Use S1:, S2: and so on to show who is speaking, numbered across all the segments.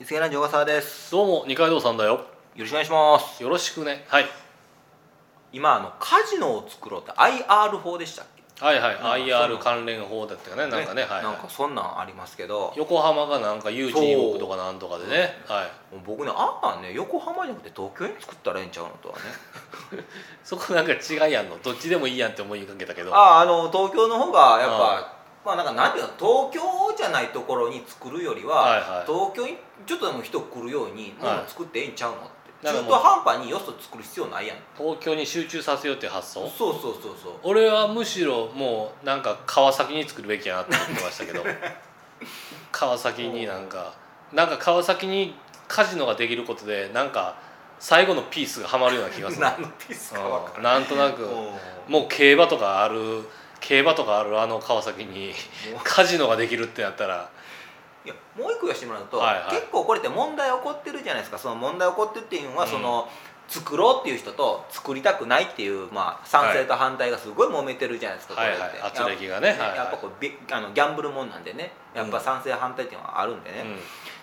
S1: いつけラジオ小笠原です
S2: どうも二階堂さんだよ
S1: よろしくお願いします
S2: よろしくね、はい、
S1: 今あのカジノを作ろうって IR 法でしたっけ
S2: はいはい
S1: そうな
S2: IR
S1: の
S2: 関連法だったよねなんかねはい、
S1: なん
S2: は
S1: かそんなんありますけど
S2: い、横浜がなんか誘致2億とかなんとかでねはい
S1: もう僕ねあんなんね横浜じゃなくて東京に作ったらええんちゃうのとはね
S2: そこなんか違いやんのどっちでもいいやんって思いかけたけどは
S1: あああの東京の方がやっぱまあなんかなんていうの東京じゃないところに作るよりは、
S2: はいはい
S1: 東京にちょっとでも人来るようにも
S2: はい
S1: の作ってええんちゃうのって、
S2: だから
S1: 中
S2: もう
S1: 途半端によそ作る必要ないやん
S2: 東京に集中させようっていう発
S1: そう
S2: 想
S1: そうそうそう
S2: 俺はむしろもうなんか川崎に作るべきやなって思ってました けど川崎になんかなんか川崎にカジノができることでなんか最後のピースがはまるような気がする
S1: 何のピースか分から
S2: うんなんとなく
S1: んも
S2: もう競馬とかある競馬とかあるあの川崎に
S1: う
S2: カジノができるってなったら
S1: いやもう一個言わせてもらうと、
S2: はいはい
S1: 結構これって問題起こってるじゃないですかその問題起こってるっていうのは、
S2: うん
S1: その作ろうっていう人と作りたくないっていう、まあ、賛成と反対がすごい揉めてるじゃないですか、
S2: はいはい
S1: これって
S2: 圧力がね
S1: やっぱ
S2: はいはい
S1: やっぱこうびあのギャンブルもんなんでねやっぱ賛成反対っていうのはあるんでね、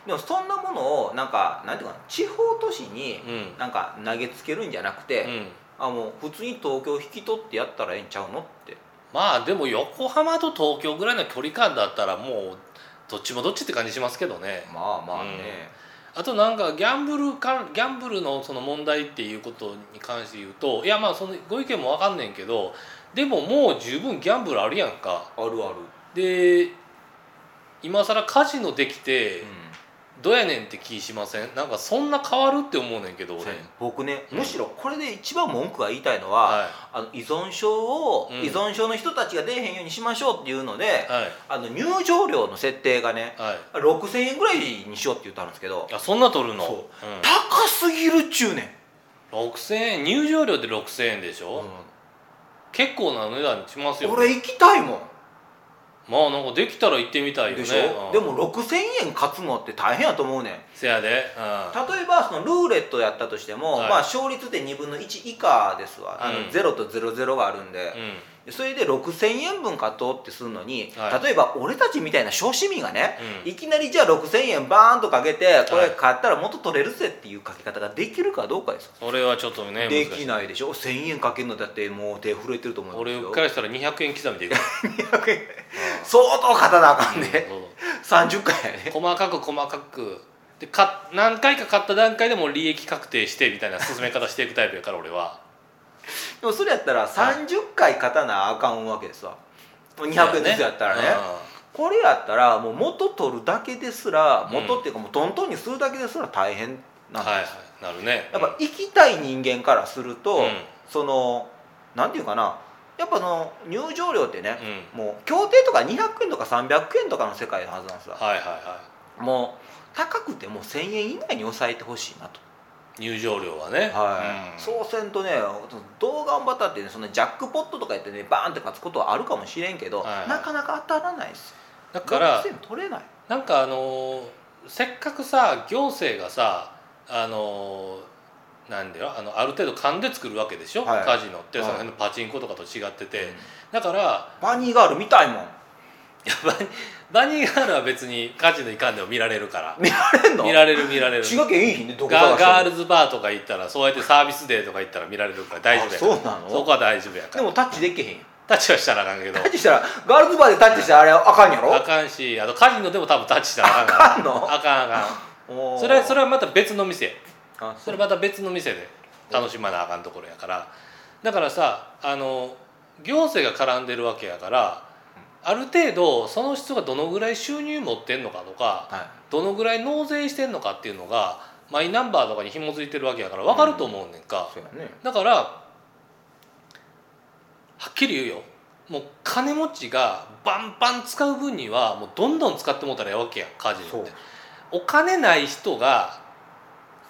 S1: でもそんなものをなんかなんていうかな地方都市に
S2: うんうん
S1: なんか投げつけるんじゃなくて、
S2: うん
S1: あもう普通に東京引き取ってやったらええんちゃうのって
S2: まあでも横浜と東京ぐらいの距離感だったらもうどっちもどっちって感じしますけどね
S1: まあまあね、
S2: あとなんかギャンブルかギャンブルのその問題っていうことに関して言うといやまあそのご意見もわかんねんけどでももう十分ギャンブルあるやんか
S1: あるある、
S2: で今更カジノでき
S1: う
S2: て
S1: ん
S2: どうやねんって気しませんなんかそんな変わるって思うねんけど俺
S1: 僕ね
S2: うん
S1: むしろこれで一番文句が言いたいのは、
S2: は
S1: あの依存症を、
S2: うん
S1: 依存症の人たちが出えへんようにしましょうっていうので、
S2: いはい
S1: あの入場料の設定がね
S2: はい
S1: 6000円ぐらいにしようって言ったんですけど
S2: あそんな取るの、
S1: そ
S2: うん
S1: 高すぎるっちゅうねん、
S2: 6000円入場料で6000円でしょ、結構な値段しますよ、
S1: 俺行きたいもん
S2: まあなんかできたら行ってみたいよね
S1: でしょ、
S2: うん
S1: でも6000円勝つのって大変やと思うねん
S2: せやで、
S1: 例えばそのルーレットやったとしても、
S2: はい
S1: まあ勝率で2分の1以下ですわ、あの
S2: うん
S1: 0と00があるんで
S2: うん、うん
S1: それで6000円分買とうってするのに、
S2: はい
S1: 例えば俺たちみたいな小市民がね、
S2: うん
S1: いきなりじゃあ6000円バーンとかけてこ
S2: は
S1: れ
S2: い
S1: 買ったら元取れるぜっていうかけ方ができるかどうかですよ、
S2: それはちょっとね
S1: でき
S2: 難しい
S1: ないでしょ1000円かけるのだってもう手震えてると思い
S2: 俺
S1: ます
S2: か
S1: よ
S2: らしたら200円刻みでいく
S1: 200円相当勝たなあかんね、
S2: うん
S1: 30回やね
S2: 細かく細かくでか何回か買った段階でもう利益確定してみたいな進め方していくタイプやから俺は
S1: でもそれやったら30回勝たなあかんわけですわ200円ずつやったらねこれやったらもう元取るだけですら元っていうかもうトントンにするだけですら大変
S2: うん
S1: なんですよ
S2: はいはいなるね
S1: やっぱ行きたい人間からすると、
S2: うん
S1: そのなんていうかなやっぱその入場料ってね
S2: う、ん
S1: もう協定とか200円とか300円とかの世界のはずなんですよ
S2: はいはいは
S1: もう高くても1000円以内に抑えてほしいなと、
S2: い入場料はね
S1: はい
S2: うん
S1: そうせんとねどう頑張ったってねそのジャックポットとかやってねバーンって勝つことはあるかもしれんけど、
S2: はい
S1: なかなか当たらないですよ
S2: だから
S1: 6000円取れない
S2: なんかあのーせっかくさ行政がさあのーなんだよあのある程度勘で作るわけでしょ、
S1: はい
S2: カジノって、
S1: はい
S2: その辺のパチンコとかと違ってて、
S1: うん
S2: だから
S1: バニーガール見たいもん
S2: いやバニバニーガールは別にカジノ行かんでも見られるから
S1: 見られんの
S2: 見られる見られる
S1: 滋賀県いい日ねどこ探し
S2: ガ
S1: ても
S2: ガールズバーとか行ったらそうやってサービスデーとか行ったら見られるから大丈夫やから
S1: あそうなの
S2: そこは大丈夫やか
S1: で
S2: ら
S1: もタッチできへんよ
S2: タッチはしたらあかんけど
S1: タッチしたらガールズバーでタッチしたらあれあかんやろ
S2: あかんしあとカジノでも多分タッチしたらあかんから
S1: あかんの
S2: あかんあかんそれはそれはまた別の店
S1: あ
S2: それまた別の店で楽しまなあかんところやからだからさあの行政が絡んでるわけやからある程度その人がどのぐらい収入持ってんのかとか
S1: は
S2: どのぐらい納税してんのかっていうのがマイナンバーとかに紐づいてるわけやから分かると思うねんか、
S1: そうやね
S2: だからはっきり言うよもう金持ちがバンバン使う分にはもうどんどん使ってもうたらええわけやんカジ
S1: そ
S2: ノっ
S1: う
S2: てお金ない人が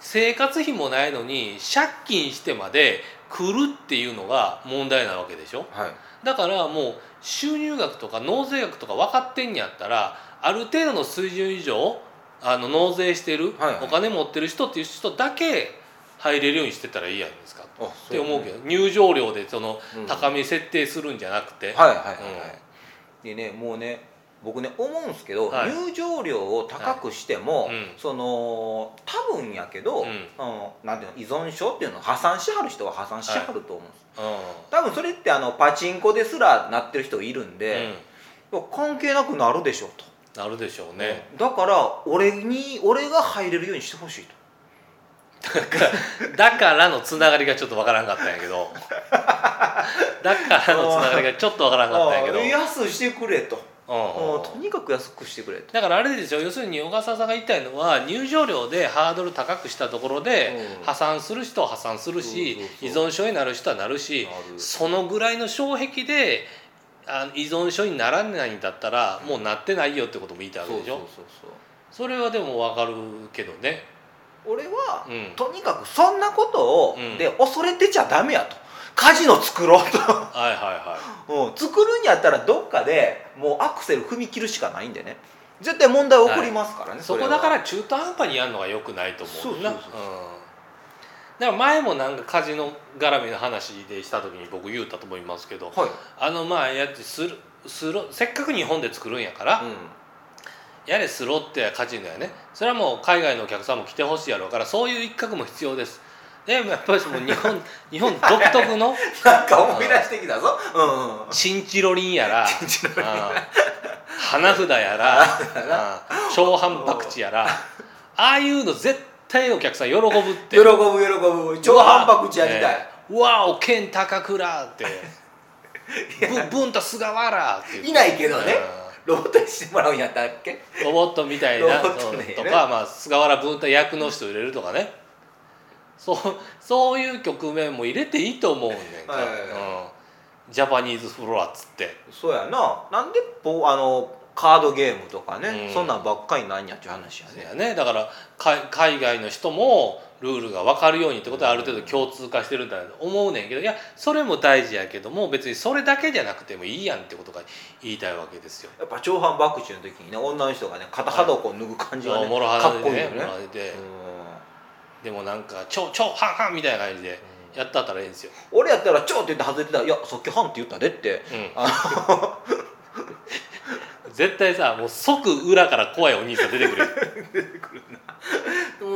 S2: 生活費もないのに借金してまで来るっていうのが問題なわけでしょ
S1: はい
S2: だからもう収入額とか納税額とか分かってんやったらある程度の水準以上あの納税してる、
S1: はいはい
S2: お金持ってる人っていう人だけ入れるようにしてたらいいやないですかっ
S1: あ
S2: て思うけど入場料でその
S1: うん
S2: 高め設定するんじゃなくて、
S1: はいはいはいはいでねもうね僕ね思うんですけど、
S2: はい
S1: 入場料を高くしても、
S2: はいうん
S1: その多分やけど、
S2: うん
S1: あのなんていうの依存症っていうのを破産しはる人は破産しはると思うんです、
S2: う
S1: 多分それってあのパチンコですらなってる人いるん
S2: ん、う
S1: で、
S2: ん、
S1: 関係なくなるでしょうと、
S2: なるでしょうね、
S1: だから俺に俺が入れるようにしてほしいと
S2: だからのつながりがちょっとわからんかったんや けどだからのつながりがちょっとわからんかったんやけど、うん
S1: 安くしてくれと、
S2: うん
S1: うんとにかく安くしてくれと
S2: だからあれですよ要するに小笠さんが言いたいのは入場料でハードル高くしたところで
S1: うん
S2: 破産する人は破産するし
S1: そう
S2: 依
S1: そうそ
S2: 存症になる人はなるし
S1: なる
S2: そのぐらいの障壁であ依存症にならないんだったらもうなってないよってことも言いたいわけでしょ
S1: そうそう
S2: それはでも分かるけどね
S1: そう俺は、
S2: うん
S1: とにかくそんなことを、
S2: うん
S1: で恐れてちゃダメやとカジノ作ろう
S2: はいは
S1: と、うん作るんやったらどっかでもうアクセル踏み切るしかないんでね絶対問題起こりますからね、
S2: いはいそ
S1: それ
S2: こ
S1: は
S2: だから中途半端にやるのがよくないと思うな
S1: そうそうそう
S2: うんだから前もなんかカジノ絡みの話でした時に僕言うたと思いますけど
S1: はい、
S2: あのまあやってスロスロせっかく日本で作るんやから、やれスロットやカジノやねそれはもう海外のお客さんも来てほしいやろうからそういう一角も必要ですでもやっぱりもう日本 日本独特の
S1: なんか思い出してきたぞうん、うん
S2: チンチロリンやらあー花札やらあー小販博打やらああいうの絶対お客さん喜ぶって
S1: 喜ぶ喜ぶ超反白地やりたい、
S2: 「うわーおけん高倉」 って「ぶぶんと菅原」って言って
S1: いないけどね
S2: うん
S1: ロボットにしてもらうんやったっけ
S2: ロボットみたいな
S1: ロボットね
S2: とか、まあ、菅原文太役の人入れるとかねそうそういう局面も入れていいと思うねんか、
S1: はいはい
S2: うん、ジャパニーズフロアっつって
S1: そうやななんでぼあのカードゲームとかね、
S2: うん
S1: そんなんばっかりなんやっちゅう話や
S2: そう
S1: ね
S2: やねだからか海外の人もルールが分かるようにってことはある程度共通化してるんだと思うねんけどいやそれも大事やけども別にそれだけじゃなくてもいいやんってことが言いたいわけですよ。
S1: やっぱ長反爆地の時にね女の人がね肩裸を脱ぐ感じがね、
S2: もろは
S1: か
S2: だ
S1: っ
S2: で
S1: こいい
S2: ね
S1: よね
S2: もろはだで
S1: うん
S2: でもなんか「超超ハンハン」みたいな感じでやったったらええんですよ。
S1: 俺やったら「超」って言って外れてたら「いや即興半って言ったで」って
S2: うん、絶対さもう即裏から怖いお兄さん出てくるよ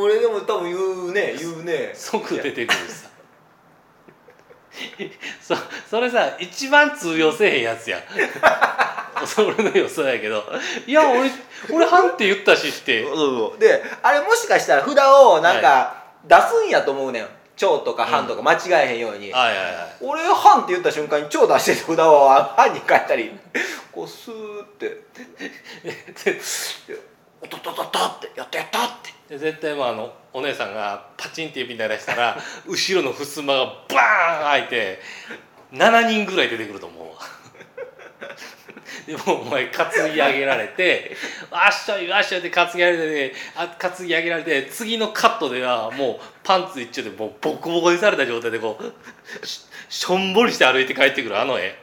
S1: 俺でも多分言うね言うね
S2: 即出てくるしさ そそれさ一番通用せえへんや つやんそれの予想やけど「いや俺俺半って言ったし」って
S1: そうそうであれもしかしたら札をなんか出すんやと思うねん「超」とか「半」とか間違えへんように、
S2: はいはいはい
S1: 俺「半」って言った瞬間に「超」出してて札を「半」に変えたりこうスーって「おとととと」って「やったやった」って
S2: で絶対もうあのお姉さんがパチンって指鳴らしたら 後ろの襖がバーン開いて7人ぐらい出てくると思うわでもうお前担ぎ上げられて「わっしょいわっしょい」って担ぎ上げられてあ担ぎ上げられて次のカットではもうパンツ一丁でもうボコボコにされた状態でこうししょんぼりして歩いて帰ってくるあの絵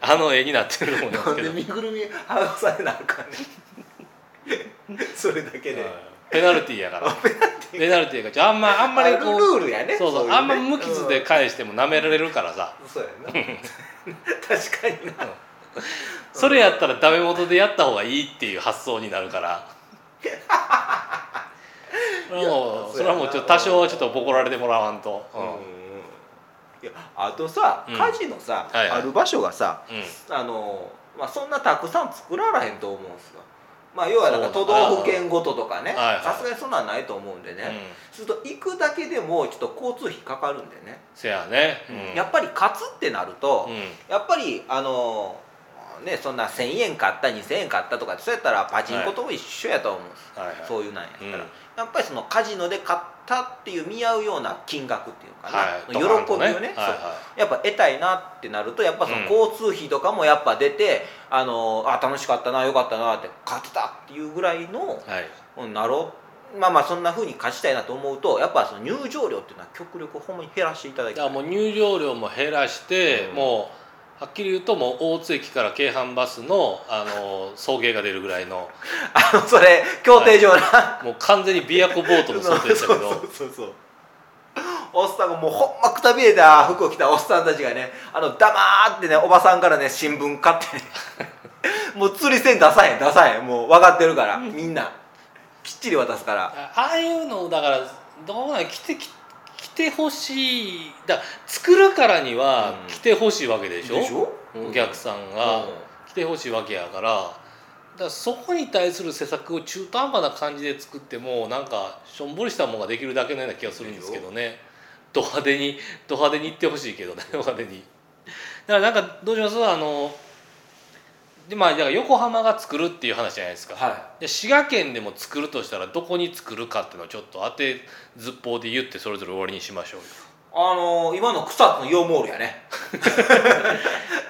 S2: あの絵になってると思うんです
S1: なん
S2: け
S1: で
S2: ど
S1: 身ぐるみ剥がされなあかん ねんそれだけで、
S2: ペナルティーやからペナルティーがちょあんまあんまり
S1: あ
S2: こう
S1: ルールやね
S2: そうそう
S1: いね
S2: あんま無傷で返しても舐められるからさ、
S1: うんそうや な確かにな
S2: それやったらダメ元でやった方がいいっていう発想になるから それはもうそれはもうちょっと多少はちょっとボコられてもらわんと、うん
S1: いやあとさ
S2: うん
S1: カジノさ、
S2: はいはい
S1: ある場所がさ
S2: うん
S1: あの、まあ、そんなたくさん作られへんと思うんですよまあ要はだから
S2: そ
S1: 都
S2: うだな
S1: 道府県ごととかね
S2: はいはい
S1: さすがにそんなんないと思うんでね、
S2: うん
S1: すると行くだけでもちょっと交通費かかるんでね、
S2: せやね、うん、
S1: やっぱり勝つってなると、
S2: うん
S1: やっぱりあのねそんな1,000円買った2,000円買ったとかってそうやったらパチンコとも一緒やと思うんです、
S2: はいはい
S1: そういうなんやったら、
S2: うん
S1: やっぱりそのカジノで買ったっていう見合うような金額っていうかね、
S2: はい
S1: 喜び
S2: ドカンと
S1: をねそう
S2: はいは
S1: やっぱ得たいなってなるとやっぱその交通費とかもやっぱ出て、あのあ楽しかったなよかったなって勝てたっていうぐらいの
S2: いはい
S1: うんなろうまあまあそんな風に勝ちたいなと思うとやっぱその入場料っていうのは極力ほんまに減らしていただき
S2: だか
S1: たい
S2: らもう入場料も減らして、
S1: うん
S2: もうはっきり言うともう大津駅から京阪バスのあの送迎が出るぐらいの
S1: あのそれ協定上な、
S2: もう完全に琵琶湖ボートの想定でしたけど
S1: そうそうそうそうおっさんがもうほんまくたびれ た服を着たおっさんたちがねあの黙ってねおばさんからね新聞買ってねもう釣り線出さへん出さへんもう分かってるからみんなきっちり渡すから
S2: あああいうのをだからどうなん来てき来てほしいだ作るからには
S1: うん
S2: 来てほしいわけで
S1: で
S2: しょ,、お客
S1: さ
S2: さんが来てほしいわけやからだからそこに対する施策を中途半端な感じで作ってもなんかしょんぼりしたものができるだけのような気がするんですけどねド派手にド派手に行ってほしいけど ねド派手にだからなんかどうしますあのでまあだから横浜が作るっていう話じゃないですか、
S1: は
S2: で滋賀県でも作るとしたらどこに作るかっていうのをちょっと当てずっぽうで言ってそれぞれ終わりにしましょうよ
S1: いあのー今の草津のイオンモールやね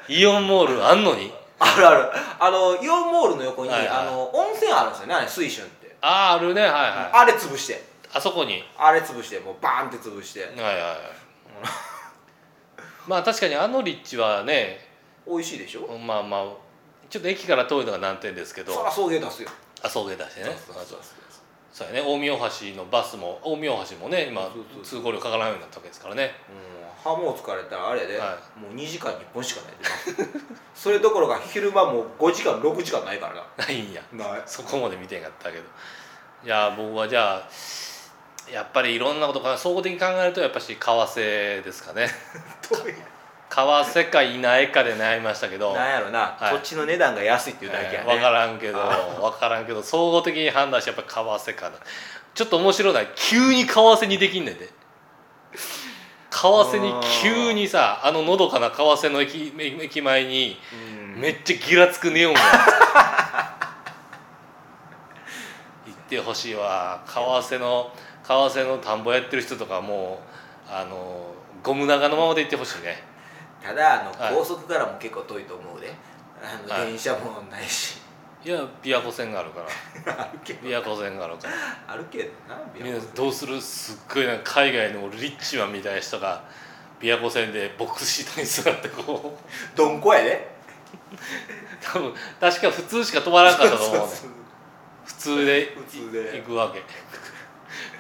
S2: イオンモールあんのに
S1: あるあるあのイオンモールの横に、
S2: はいはい
S1: あの温泉あるんですよねあれ水春って、
S2: あああるねはいはい
S1: あれ潰して
S2: あそこに
S1: あれ潰してもうバーンって潰して
S2: はいはいはいまあ確かにあの立地はね
S1: 美味しいでしょ
S2: まあまあちょっと駅から遠いのが難点ですけど
S1: そら送迎出すよ
S2: あ送迎出してね
S1: そうそうそう
S2: そうやね近江大橋のバスも近江大橋もね今
S1: そうそう
S2: 通行料かからないようになったわけですからね
S1: もう歯も疲れたらあれやで、
S2: は
S1: もう2時間に1本しかないで それどころか昼間もう5時間6時間ないから
S2: ないんや
S1: なない
S2: そこまで見てんかったけどいや僕はじゃあやっぱりいろんなことから総合的に考えるとやっぱし為替ですかね為替かいないかで悩みましたけど、
S1: なんやろな、
S2: はい
S1: 土地の値段が安いっていうだけやね、
S2: 分からんけど
S1: あ
S2: 分からんけど総合的に判断してやっぱ為替かなちょっと面白いのは急に為替にできんねんで為替に急にさあののどかな為替の駅駅前に
S1: うん
S2: めっちゃギラつく ネオンが行ってほしいわ為替の為替の田んぼやってる人とかもうあのゴム長のままで行ってほしいね
S1: ただあの、
S2: はい
S1: 高速からも結構遠いと思うであの、
S2: はい
S1: 電車もないし
S2: いや琵琶湖線があるから
S1: あるけど
S2: 琵琶湖線があるから
S1: あるけどな
S2: みんなどうするすっごいなんか海外のリッチマンみたいな人が琵琶湖線でボックスシートに座ってこう
S1: どんこやで
S2: 多分確か普通しか止まらなかった と思うね
S1: そうそう
S2: 普通で
S1: 普通で
S2: 行くわけ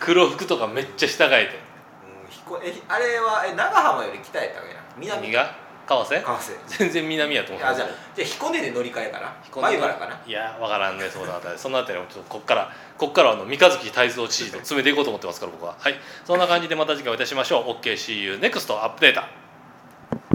S2: 黒服とかめっちゃ従えて
S1: うんひこえあれはえ長浜より北やったわけや南
S2: 何が川瀬
S1: 川瀬
S2: 全然南やと思う
S1: あじゃあじゃあ彦根で乗り換えかな
S2: 彦根
S1: 米原かない
S2: やわからんねそのあたりそのあたりはちょっとこっからこっからはあの三日月泰造知事と詰めていこうと思ってますから僕ははいそんな感じでまた次回お会いいたしましょう OKCU NEXT アップデータ